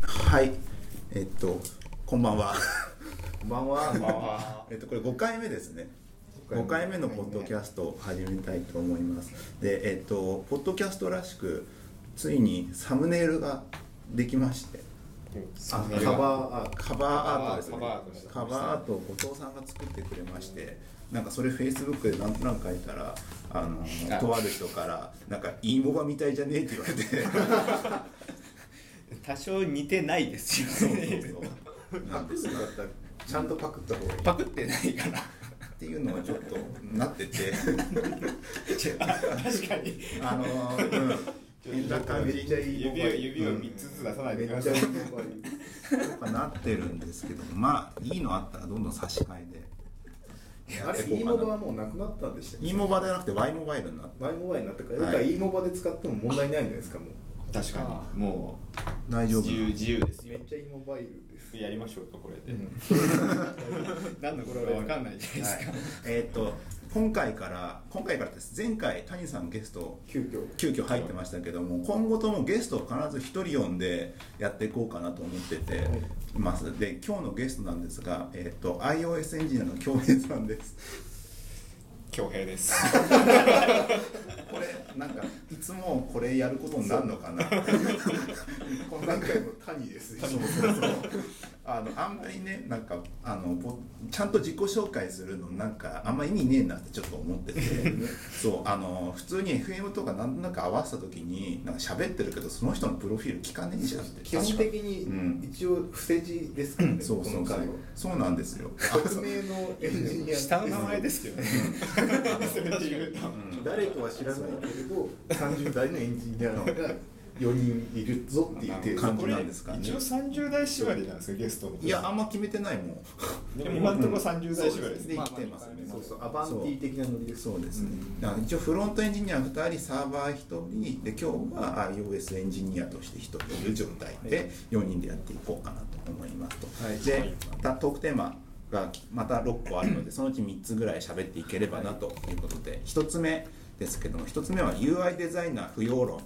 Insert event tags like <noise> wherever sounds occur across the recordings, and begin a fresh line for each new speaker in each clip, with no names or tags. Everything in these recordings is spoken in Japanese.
はい。えっと、こんばんは。 <laughs> こんばんは。
んばんは
えっと、これ5回目ですね。5
五
回
回
目
目
のポッドキャストを始めたいと思います。で、えっと、ポッドキャストらしく、ついにサムネイルができまして、あ
ネイル
カバ
が
ーアート、カバーアートですね。
カバーアートですね
カバーアートを後藤さんが作ってくれまして、なんかそれフェイスブックで何となく書いたら、あの
あ
とある人からなんかインボがみたいじゃねえって言わ
<laughs>
れて。
多少似てないです
そう
よ
そう
ね
そう。なんですね。
ちゃんとパクった方がいい
パクってないから
っていうのがちょっとなってて、
違う確かに
あのー、うん、変な感じ
めっちゃいい
指を指を3つずつ出さないでください、
とかなってるんですけど、まあいいのあったらどんどん差し替えで。
あれ e モバはもうなくなったんでしたっけ
e モバじゃなくて Y モバイルになって。
Y モバになったから、
はい
だから e モバで使っても問題ないんじゃないですかも
確かにもう
大丈夫
自由自由です
うめ
よ
っちゃ e モバイルです
やりましょうかこれで、何のことかわかんないじゃないですか、
えーっと、今回から、今回からです。前回、谷さんゲスト、
急遽
急遽入ってましたけども、今後ともゲストを必ず1人呼んでやっていこうかなと思ってています。で、今日のゲストなんですが、えーっと、iOS エンジニアの京平さんです。
強兵です
これなんかいつもこれやることになるのかな
今回も谷ですね
あのあんまりねなんかあのぼちゃんと自己紹介するのなんかあんま意味ねえなってちょっと思っててそうあの普通に FM とかなんとなく合わせた時になんか喋ってるけどその人のプロフィール聞かねえじゃんって
基本的
うん
に一応不正字ですからね、
そうそう
この
そう
回は
そうなんですよ
匿名のエンジニア
下の名前ですよねそれで言うと
誰とは知らないけれど30代のエンジニアが4人いるぞっていう
感じなんですかね
一応30代縛りなんですよゲストの
いやあんま決めてないもん
でも今のところ30代縛りです
で
ね
生きてますね
そうそうアバンティ的なノリです
そうですね、だから一応フロントエンジニア2人サーバー1人で今日は iOS エンジニアとして1人という状態で4人でやっていこうかなと思いますと、
はい
でまたトークテーマがまた6個あるのでそのうち3つぐらい喋っていければなということで1つ目ですけども1つ目は UI デザイナー不要論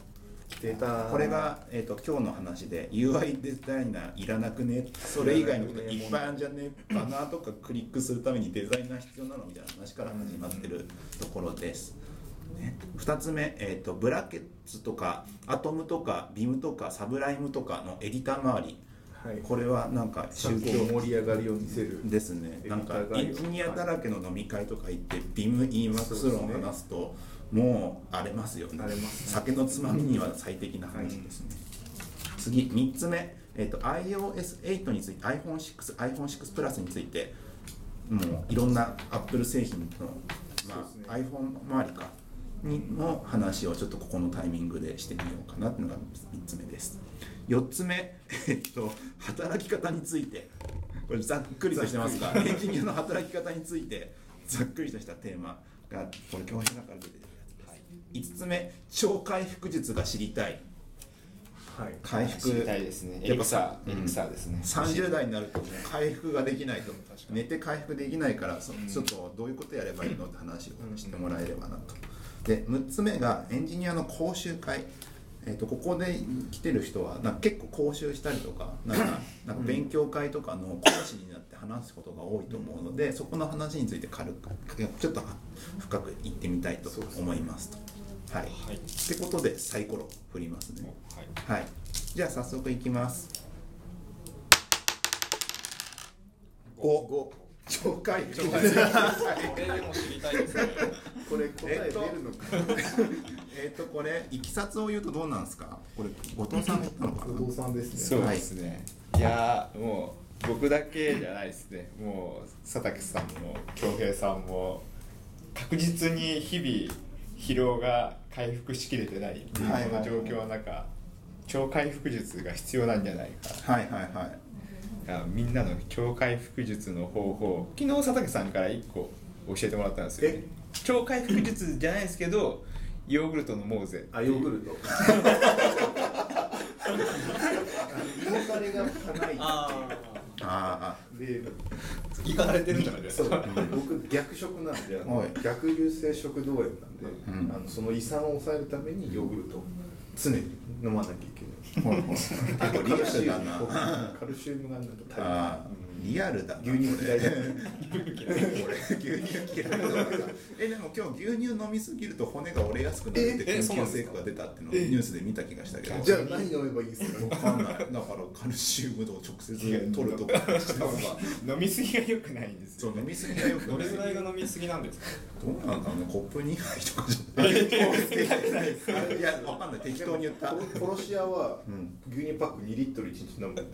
データ
これが、えー、と今日の話で UI デザイナーいらなくねそれ以外のこといっぱいあるんじゃねバナーとかクリックするためにデザイナー必要なのみたいな話から始まってるところです。ね、2つ目、えーと、ブラケッツとかアトムとかビムとかサブライムとかのエディター周り、
はい
これはなんか宗
宗
教
教盛り上がりを見せる
ですねなんかエンジニアだらけの飲み会とか行ってビム EMAX 論を話すともう荒れますよね
荒れますね
酒のつまみには最適な話ですね、次3つ目、えっと iOS8 について iPhone6iPhone6 プラスについてもういろんな Apple 製品の、ま
そうですね
あ iPhone 周りかにの話をちょっとここのタイミングでしてみようかなっていうのが3つ目です4つ目、えっと、働き方についてこれざっくりとしてますがエンジニアの働き方についてざっくりとしたテーマがこれ教師の中で出てるやつです5つ目超回復術が知りたい
はい
回復
知りたいですねエリクサーエリクサーですね
30代になるともう回復ができないと寝て回復できないからそちょっとどういうことやればいいのって話をしてもらえればなとで6つ目がエンジニアの講習会えー、とここで来てる人はなんか結構講習したりとかなん
<coughs>
かなんか勉強会とかの講師になって話すことが多いと思うのでそこの話について軽くちょっと深く行ってみたいと思いますと。はい、
はい
ってことでサイコロ振りますね。
はい
はい、じゃあ早速いきます。五、超回復。
これでも知りたいですね。
これ答え出るのか、
<laughs> えっとこれいきさつを言うとどうなんですか。これ後藤さんが言ったのかな
後。藤さんです
そ
ね
うですね。いやーもう僕だけじゃないですね。もう佐竹さんも恭平さんも確実に日々疲労が回復しきれてないっていう
はい
この状況の中、超回復術が必要なんじゃないか。
はいはいはい。
がみんなの超回復術の方法昨日佐竹さんから1個教えてもらったんですよ、ね
え、
超回復術じゃないですけどヨーグルト飲もうぜ
あヨーグルト胃もたれがない
あ
あ
で
行かれてるんじゃないです
そう
か
僕逆食なんであの
はい
逆流性食道炎なんで、
ん
あのその胃酸を抑えるためにヨーグルトを常に飲まなきゃいけない
ほらほら結構リアルだな
カルシウムがなんか足りない
あーリアルだな
牛乳嫌いだ
これ <laughs> 俺牛乳嫌いだわえでも今日牛乳飲みすぎると骨が折れやすくなるって
ええそう
研
な
究
んです
成
か
果が出たっていうのをニュースで見た気がしたけど
<laughs> じゃあ何飲めばいいですか
わかんないだからカルシウムを直接取るとかしてれば
飲みすぎが良くないんです
そ
よ
う飲みすぎがよく
どれぐ
な
ら
い
いが飲みすぎなんですか
どうなんだろうねコップ2杯とかじゃないいやわかんない適当に言った
殺し屋は
うん
牛乳パック2リットル1日飲む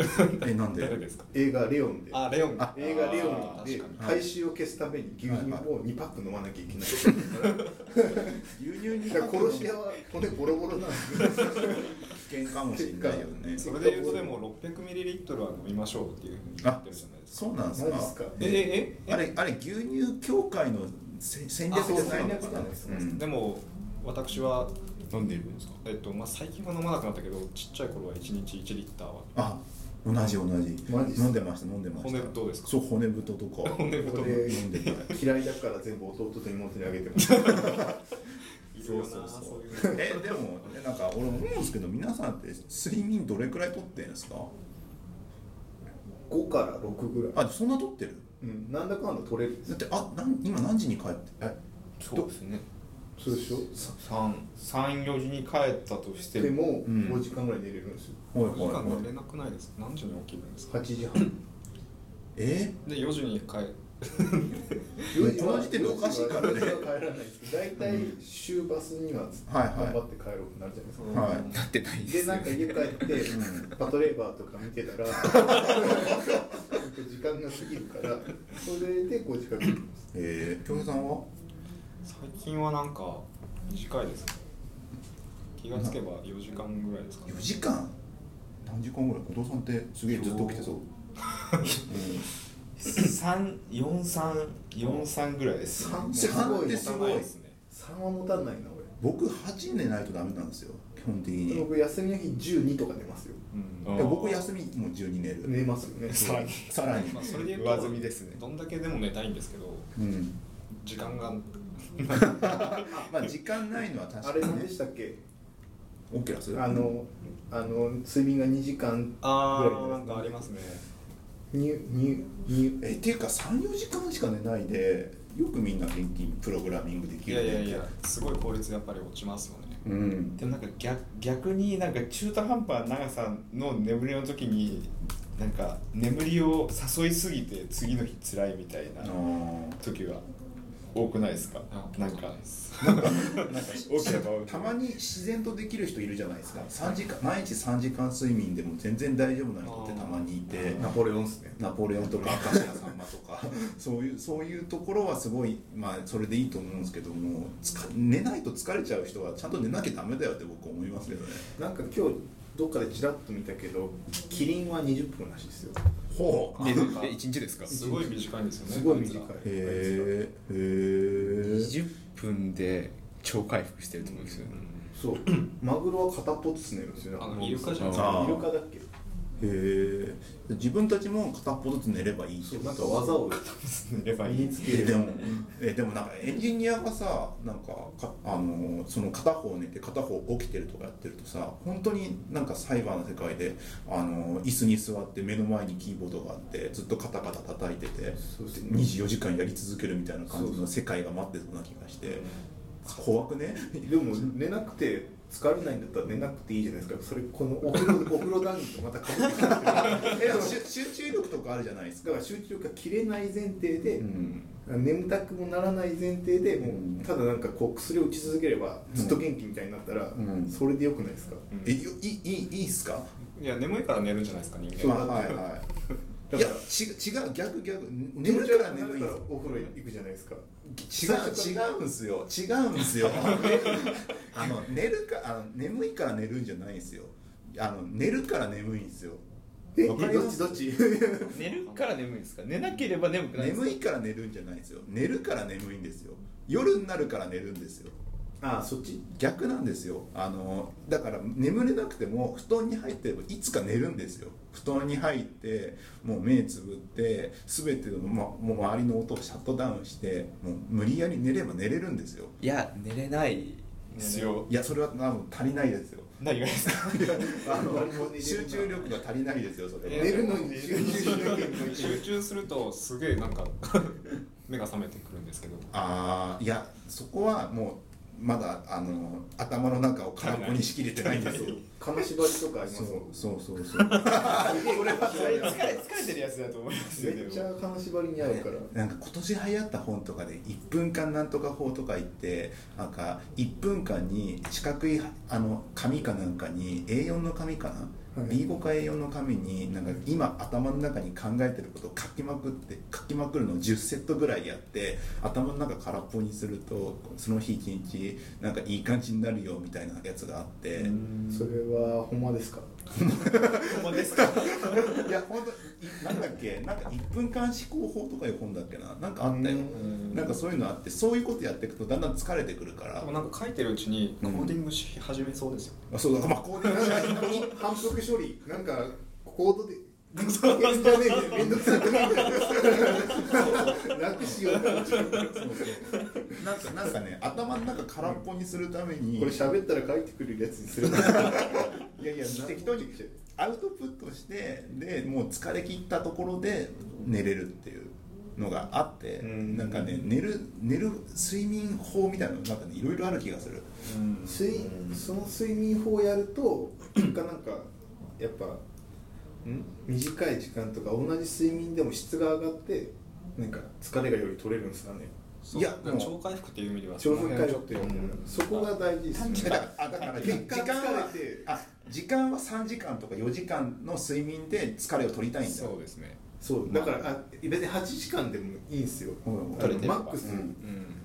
えなん
<laughs>
で
誰ですか
映画「レオン」で
あレオン
あ
映画「レオン」で
確か
体臭を消すために牛乳を2パック飲まなきゃいけない
牛乳に
だから殺し屋は骨ボロボロなんです
危
よ
険かもしれないよね
にそれで言うとでも 600ml は飲みましょうっていうふうに言ってるじゃないですか
そうなんです
マジっ
か
すか
ええええ
あれあれ牛乳協会のせ戦略じゃないの
あそう
か
な
なん
です
うん
でも私は
飲んでいるんですか
えっとまあ最近は飲まなくなったけどちっちゃい頃は1日1リッターは
あ同じ同
マジっ
じ
すか
飲んでました飲んでました
骨太ですか
そう骨太とか
骨太
これ
飲んでた
嫌いだから全部弟と妹にあげてます
い
そ
る
う
よ
そう
な
そう
そういう
えでもえなんか俺思うんですけど皆さんって睡眠どれくらいとってるんですか
5から6ぐらい、
あそんなとってる
うん、なんだかんだ取れる
だってあなん今何時に帰ってえ
そうですね
そうでしょ
34時に帰ったとして
で
も
も
うん
5時間ぐらい寝れるんですよ
ほい
時
ほい
間
ほ
寝れ
い
なくないですか何時に起きるんですか
8時半
え
で4時に帰る
4時はこの時点でおかしいからね
4時は帰らないですけど大体週バスには
はい
頑
はい
張って帰ろうってなるじゃないですか、
はい
なってない
でなんか家帰って、パトレーバーとか見て <laughs> たらなんか時間が過ぎるからそれで5時間来ます
えー、京平さんは
最近はなんか短いですね気がつけば4時間ぐらいですかね
4時間何時間ぐらい後藤さんってすげえずっと起きて <laughs> そう、う
4343ぐらいです
3
3
も
って
す
す
ご
ご
い
い
で
3
すね
は持たないな俺
ん、僕8寝ないとダメなんですよ基本的に
僕休みの日12とか寝ますよ
うん
あ
で僕休みも12寝る、
寝ますよ <laughs> ね
さらに
さらに
まあそれで言うと
上積みですね
どんだけでも寝たいんですけど
うん <laughs>
時間が
まあ時間ないのは
あ
確
れ
かに
何
ね
でしたっけ
オッケーです
あのあの睡眠が2時間
あ
ぐら
あ
い
なんかありますね
ニュニュニュ
えっていうか34時間しか寝ないでよくみんな現金プログラミングでき
い
る
や
ね
いやいやすごい効率やっぱり落ちますよね
うん
でもなんか逆逆になんか中途半端な長さの眠りの時になんか眠りを誘いすぎて次の日辛いみたい
あ
な
の
時は多くないですか
あ
なんか <laughs>
ーなんか
起きれば
たまに自然とできる人いるじゃないですか3時間毎日3時間睡眠でも全然大丈夫な人ってたまにいて
ナポレオンっすね
ナポレオンとか <laughs> 明石家さんまとかそういうそういうところはすごい、まあ、それでいいと思うんですけどもつか寝ないと疲れちゃう人はちゃんと寝なきゃダメだよって僕思いますけどね
なんか今日どっかでちらっと見たけどキリンは20分らしいですよ
ほ <laughs>
うなんか
1日ですか
すごい短いんですよね
すごい短い
こつら
へえへえ
20分で超回復してると思うんですよね
そうマグロは片っぽずつ寝るんですよ
あのイルカじゃないです
あ
か
ー
イルカだっけ
へえ自分たちも片っぽずつ寝ればいいって
そうなんか技を
寝れば
身
い
に
い
つけ
え
る
でもえでもなんかエンジニアがさなんかかあのその片方寝て片方起きてるとかやってるとさ本当になんかサイバーの世界であの椅子に座って目の前にキーボードがあってずっとカタカタ叩いてて
そうそう
24時間やり続けるみたいな感
そう
じ
そ
の
う
世界が待ってそうな気がして怖くね
でも寝なくて疲れないんだったら寝なくていいじゃないですかそれこのお風 <laughs> 呂お風呂談義とまたかぶってきてるだか
えでも集集中力とかあるじゃないですか。
ら集中が切れない前提で、
うん
眠たくもならない前提でもう、
うん
ただなんかこう薬を打ち続ければずっと元気みたいになったら、
ん
それでよくないですか
えよいいいいいいっすか
いや眠いから寝るんじゃないですか人
ま
間
あ
は
はいはい
だ
い
か
や
ら
ち違う逆逆
気
眠
持
る
ち悪
か
く
ら
な
眠
る
い
か
ん
ら
す
お風呂行くじゃないですか
違う違うんすよ違うんすよ
<laughs>
あの寝るかあの眠いから寝るんじゃないんすよあの寝るから眠いんすよ
え
わかり
ど
ま
っち
す
どっち
寝るから眠いんですか寝なければ眠くないんです
眠
か
いから寝るんじゃないんですよ寝るから眠いんですよ夜になるから寝るんですよ
ああそっち
逆なんですよあのだから眠れなくても布団に入ってればいつか寝るんですよ布団に入ってもう目つぶって全ての、ま、もう周りの音をシャットダウンしてもう無理やり寝れば寝れるんですよ
いや寝れない
必要
いやそれは多分足りないですよ
何がですか
あの集中力が足りないですよそれは
寝るのに集中力が向いて
集
る
中するとすげえなんか <laughs> 目が覚めてくるんですけど
ああいやそこはもうまだあの頭の中を空っぽにしきれてないんですよ
金縛りとかありま
そ
す
う
もん
そうそうそう
これは
疲れ疲れ疲れてるやつだと思いますよ
めっちゃ金縛りに合うから
なんか今年流行った本とかで1分間なんとか法とか言ってなんか1分間に四角いあの紙かなんかに A4 の紙かな、
はい
B5 か A4 の紙になんか今頭の中に考えてることを書きまくって書きまくるのを10セットぐらいやって頭の中空っぽにするとその日一日なんかいい感じになるよみたいなやつがあって。
それはほんまですか
ほんまですか
いや本当いなんだっけなんか1分間思考法とかいう本だっけななんかあったよ
ん
なんかそういうのあってそういうことやっていくとだんだん疲れてくるから
でもなんか書いてるうちにコーディングし始めそうですよ、
あそうだまあこういう話
反復処理なんかコードでそうじゃねえけどめんどくさくなる楽しようと思って
なんかなんかね頭の中空っぽにするために
これ喋ったら返ってくるやつにするの
いやいや適当にアウトプットしてでもう疲れ切ったところで寝れるっていうのがあって、
うん
なんかね寝る寝る睡眠法みたいなのなんかねいろいろある気がする
うん
睡その睡眠法をやると結果なんかやっぱん短い時間とか同じ睡眠でも質が上がってなんか疲れがより取れるんですかね
そう
い
い
や
や
もう
超回復っていう意味では
超
その
分
辺ちょ
解力っ
ってと
呼んでる
うん
そこが大事です
だ
ね
からあだから時
結果
間は
疲れて
あ時間は3時間とか4時間の睡眠で疲れを取りたいんだよ
そうですね
そうだからあ別に8時間でもいいんですよ
うん
あの
取れてれば
マックス
うん
うん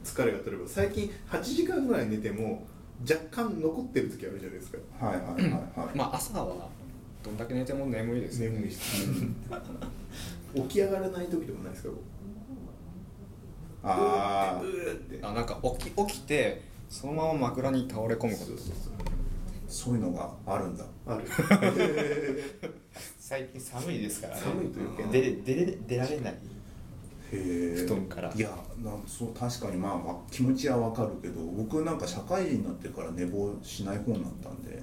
疲れが取れば最近8時間ぐらい寝ても若干残ってる時あるじゃないですか
はいはいはいはい、
まあ朝はどんだけ寝ても眠いですね
眠いし起き上がらない時とかないですか
ああ
うーって
あなんか起き起きてそのまま枕に倒れ込むこ
そ
と
うそうそう
そういうのがあるんだ
ある
最近寒いですからね
寒いと余計な
出れ出れ出られない
へえ
布団から
いやなんそう確かにまあわ気持ちはわかるけど僕なんか社会人になってから寝坊しない方になったんで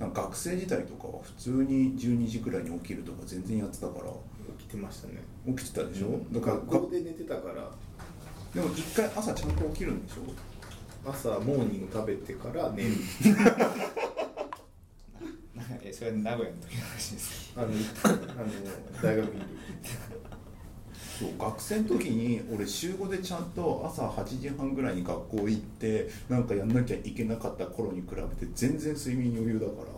なんか学生時代とかは普通に12時くらいに起きるとか全然やってたから
起きてましたね
起きてたでしょ、だから
学
が
校で寝てたから
でも一回朝ちゃんと起きるんでしょ
朝モーニング食べてから寝る
なんかえそれは名古屋の時の話です
あのあの大学にいる
そう学生の時に俺週5でちゃんと朝8時半ぐらいに学校行ってなんかやんなきゃいけなかった頃に比べて全然睡眠余裕だから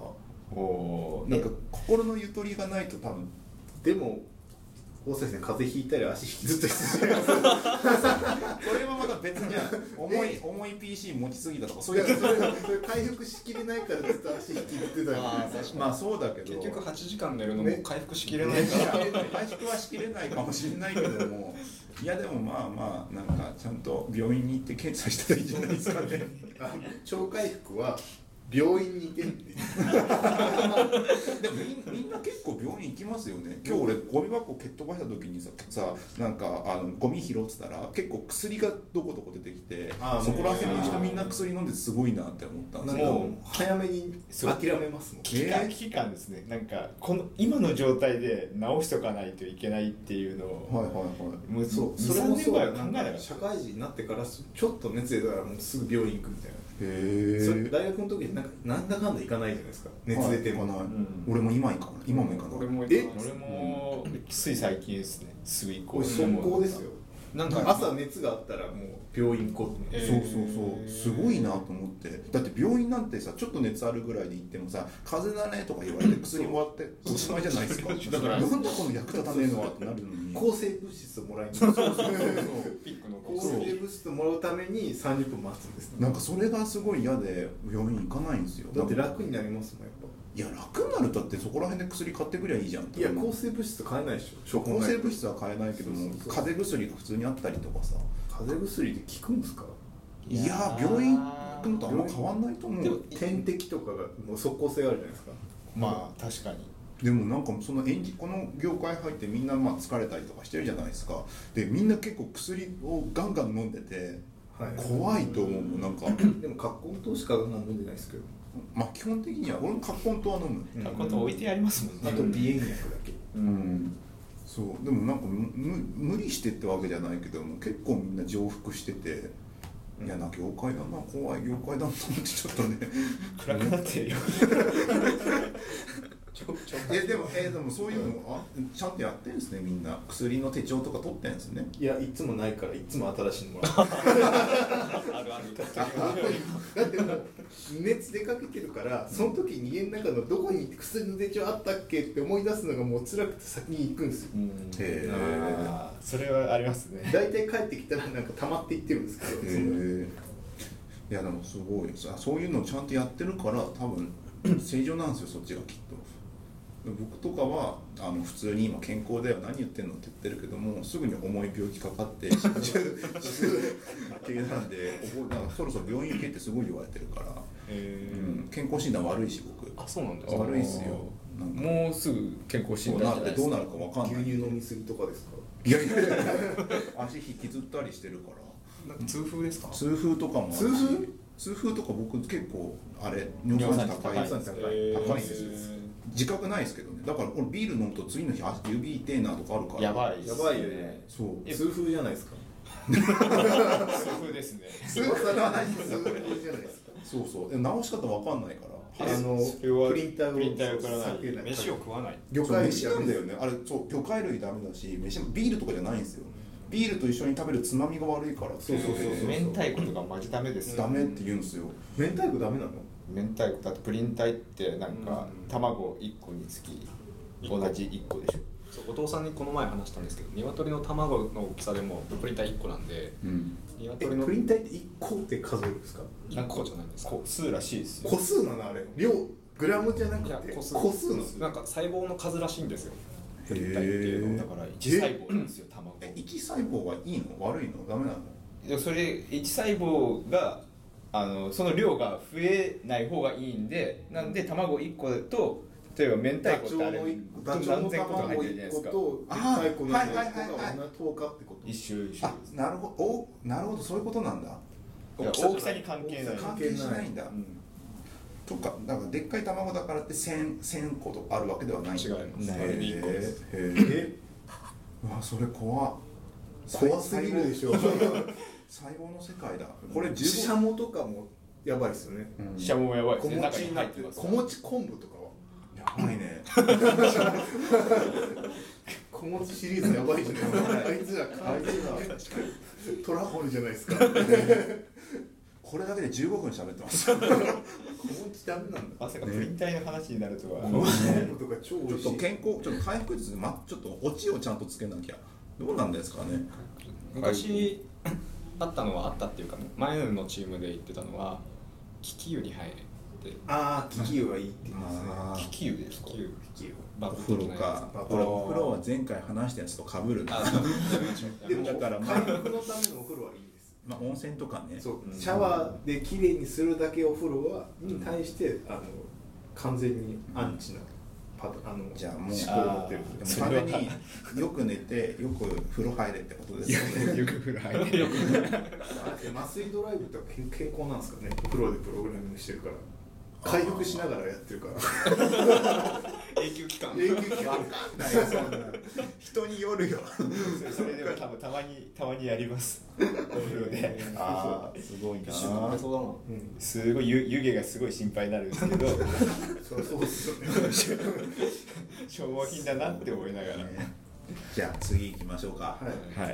おお
なんか心のゆとりがないと多分
でも大崎さん風邪ひいたり足引きずったりするじゃないですか
それはまた別 <laughs> じゃん重い重い PC 持ちすぎたとかそういう
だからそれそれ回復しきれないからずっと足引きずってたんで
あー
す
確
よ
か
まあそうだけど
結局8時
<laughs>
間寝るの
ね
も回復しきれない
回
から
復はしきれないかもしれないけどもいやでもまあまあなんかちゃんと病院に行って検査したらいいんじゃないですかね
あ超回復は病院に行けっていう
でもみんみんな結構病院行きますよね今日俺ゴミ箱蹴っ飛ばした時にささなんかあのゴミ拾ってたら結構薬がどこどこ出てきて
あー
そこら辺の人みんな薬飲んですごいなって思ったんで
な
す
んか
よ
もう早めに諦めますもん
危機
えー
感危機感ですねなんかこの今の状態で直しとかないといけないっていうのを、
はいはいはい
もう
そう
そ
それ
れ
も
も年
そう
前は考
な
え
ん
なかっ
か
た
社会人になってからちょっと熱出たらもうすぐ病院行くみたいな、
へ
それ
え
大学の時になんかなんだかんだ行かないじゃないですか熱出ても、
はい行かない
うん
俺も今行かない今も行かない
俺も
え
俺もつい最近ですねすぐ以
こ
降
れ速攻ですよ
なんか
朝熱があったらもう病院行こうっ
え
て、
ー
そうそうそうすごいなと思ってだって病院なんてさちょっと熱あるぐらいで行ってもさ「風邪だね」とか言われて薬もらっておしまいじゃないですか
<laughs>
だからなんだこの役立たねえのはってなるのに
抗生物質をもらいに行く
ピックの
抗生物質をもらうために30分待つんですね
なんかそれがすごい嫌で病院行かないんですよ
だって
なんか
楽になりますもんやっぱ
いや楽になるとってそこら辺で薬買ってくりゃいいじゃん
いや抗生物質買えないでしょ
そう抗生物質は買えないけども
そうそうそう
風邪薬が普通にあったりとかさ
風邪薬で効くんですか
いや病院行くのとあんま変わんないと思う
点滴とかがもう即効性があるじゃないですか
まあ確かに
でもなんかその演じこの業界入ってみんなまあ疲れたりとかしてるじゃないですかでみんな結構薬をガンガン飲んでて
はい
怖いと思うもんなんか
でも格好の投資家が飲んでないですけど
まあ基本的には俺もカッコン糖は飲む、
うん
あこと置いてありますもんね
あと鼻炎薬だけ
うん
そうでもなんかむ無無理してってわけじゃないけども結構みんな重複してて、いやな業界だな怖い業界だなってちょっとね
暗くなってるよ
えでもえでもそういうのあちゃんとやってんですねみんな薬の手帳とか取ってんです
<laughs>
ね
いやいつもないからいつも新しいのもらう
あるある
だってもう <laughs> 熱出かけてるからその時に家の中のどこに薬の手帳あったっけって思い出すのがもう辛くて先に行くんですよ
うん
へー
あーそれはありますね
大体帰ってきたらなんか溜まっていってるんですけど、そ
へ
の
えいやでもすごいあそういうのちゃんとやってるから多分正常なんですよそっちがきっと僕とかはあの普通に今健康だよ何言ってんのって言ってるけどもすぐに重い病気かかって死んじゃう系なんでおなんかそろそろ病院行けってすごい言われてるから、
へ
う
ー
ん、健康診断悪いし僕
あそうなんですか
悪いっすよなんか
もうすぐ健康
そ
診
う
断
なっ
じゃ
て
ないです
どう
か
なるかわかんない
牛乳飲みすぎとかですか
いやいやいや足引きずったりしてるから
なんか痛風ですか
痛風とかもあるし
痛風
痛風とか僕結構あれ尿酸値高い
尿酸値高い
高いんですよ自覚ないですけどねだから俺ビール飲むと次の日あ指痛いなとかあるから
やばいっす
やばいよね
そう
痛風じゃないですか
痛風ですね
痛風じゃないですか
そうそうで治し方わかんないから
あ
あ
の
それは
プリンターを
プリンターを送らない
避け
飯を食わない
魚
そう
介
飯なんだよねあれそう魚介類ダメだし飯もビールとかじゃないんですよビールと一緒に食べるつまみが悪いからって
そうそうそうそう
明太子とかマジダメです
ダメって言うんですよ
明太子ダメなの
明太子だとプリン体ってなんか
うん
卵1個につき同じ1個でしょ
そうお父さんにこの前話したんですけど鶏の卵の大きさでもプリン体1個なんで
うん
え
鶏の
プリン体って1個って数えるんですか
1個じゃないんですか
個数らしいですよ
個数なのあれ量グラムじゃなく
いや
て
個数
個数なの
なんか細胞の数らしいんですよ
へ
プリン体っていうのは
ー
だから1細胞なんですよ卵
え一細胞はいいの悪いのダメなの
でそれ1細胞があのその量が増えない方がいいんでなんで卵1個だと例えば明
ダ
太
チ
子って
ョウ
あれ
の一個ダチョウの
何千個とか入っ
卵
てるじゃない
1
ですか
個と明
あー
太子
は
の1
い
個
はい
が
はいは
同じ10日ってこと
一周一周
あなるほどおなるほどそういうことなんだ
いや大きさに関係ない
大きさ
関係しないんだ、とかなんかでっかい卵だからって1000 1000個とかあるわけではない
違います
へ
あれで1個です
え
え
うわそれ怖っ
怖すぎる
<laughs>
でしょ
細胞の世界だこれ
自社
15
もとかもやばいですよね
うん
しゃもやばいです
小
ね
餅
中
に
に
な
入
っ
ってて
る
ます
小餅昆布とかは
やばいね
小餅シリーズやばいじゃないですかあいつら完全にトラホルじゃないですか小餅
これだけで15分喋ってます <laughs>
ダメなんだ
まさかプリン体の話になるとは、
小餅昆布とか超
ち
美
ょっ
味し
と
い
健康ちょっと回復術で、ま、ちょっとオチをちゃんとつけなきゃどうなんですかね
昔あったのはあったっていうか前のチームで言ってたのは気球に入れって
ああ気球はいいって言いますね
あ
気球ですか
気球
気球
バ
お
ブ
風
的
呂
な
か
や
バブ
お風呂お風呂は前回話したやつとかぶる <laughs>
つ
な
あやめましょう
で
や
も
だ
めましょう
からまあ
回復のためのお風呂はいいです
まあ、温泉とかね
そうシャワーで綺麗にするだけお風呂はに対してあの完全にアンチなパタあの
じゃあもう
思考になってる
でも完全によく寝てよく風呂入れってことですよね
よく風呂入って
あれ麻酔ドライブとか健健康なんですかねプロでプログラミングしてるから <laughs> 回復しながらやってるから
永久期間
永久 <laughs> 期間
人によるよ
<laughs> それでも多分たまにたまにやりますお風呂で
ああすごいな
一週間か
<laughs>
かりそうだな
うん
すごい湯湯気がすごい心配になるんですけど
そりゃそうです
<laughs>
よね
消耗品だなって思いながら
ねじゃあ次行きましょうか
はい
はい